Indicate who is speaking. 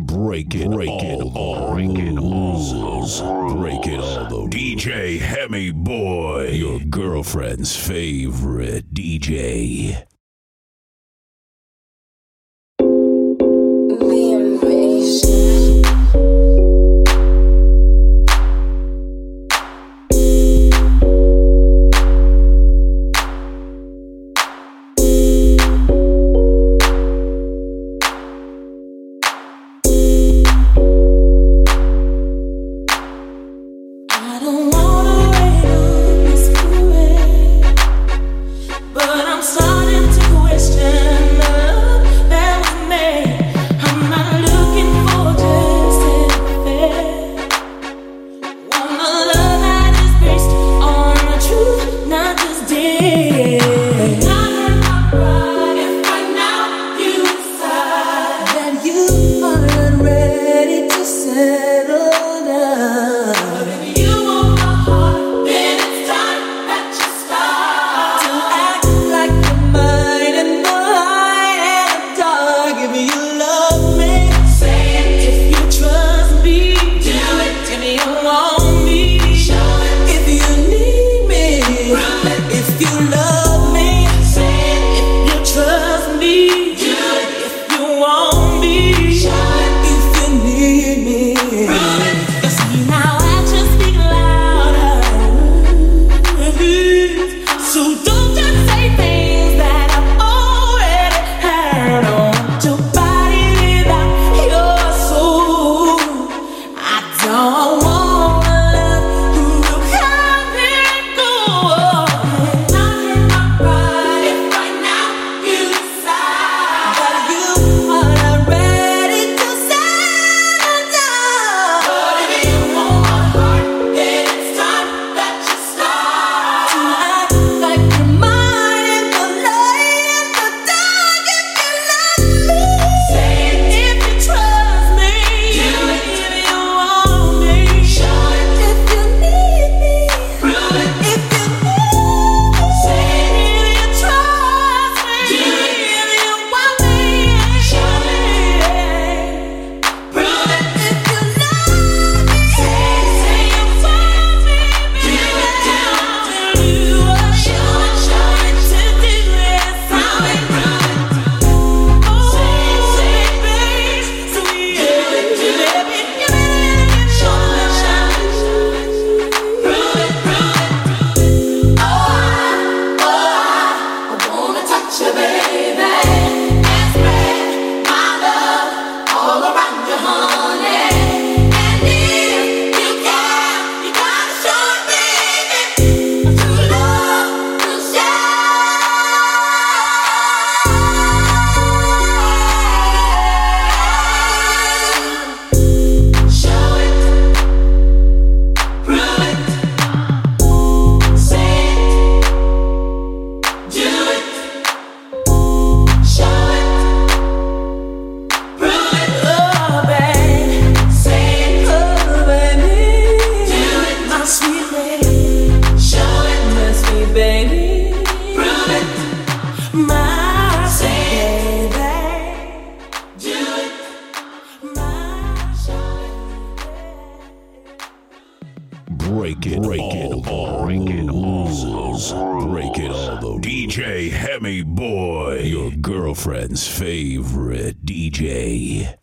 Speaker 1: Break it, break all, it, all, break it, all, break it all. The DJ Hemi Boy, your girlfriend's favorite DJ. Hemi Boy, your girlfriend's favorite DJ.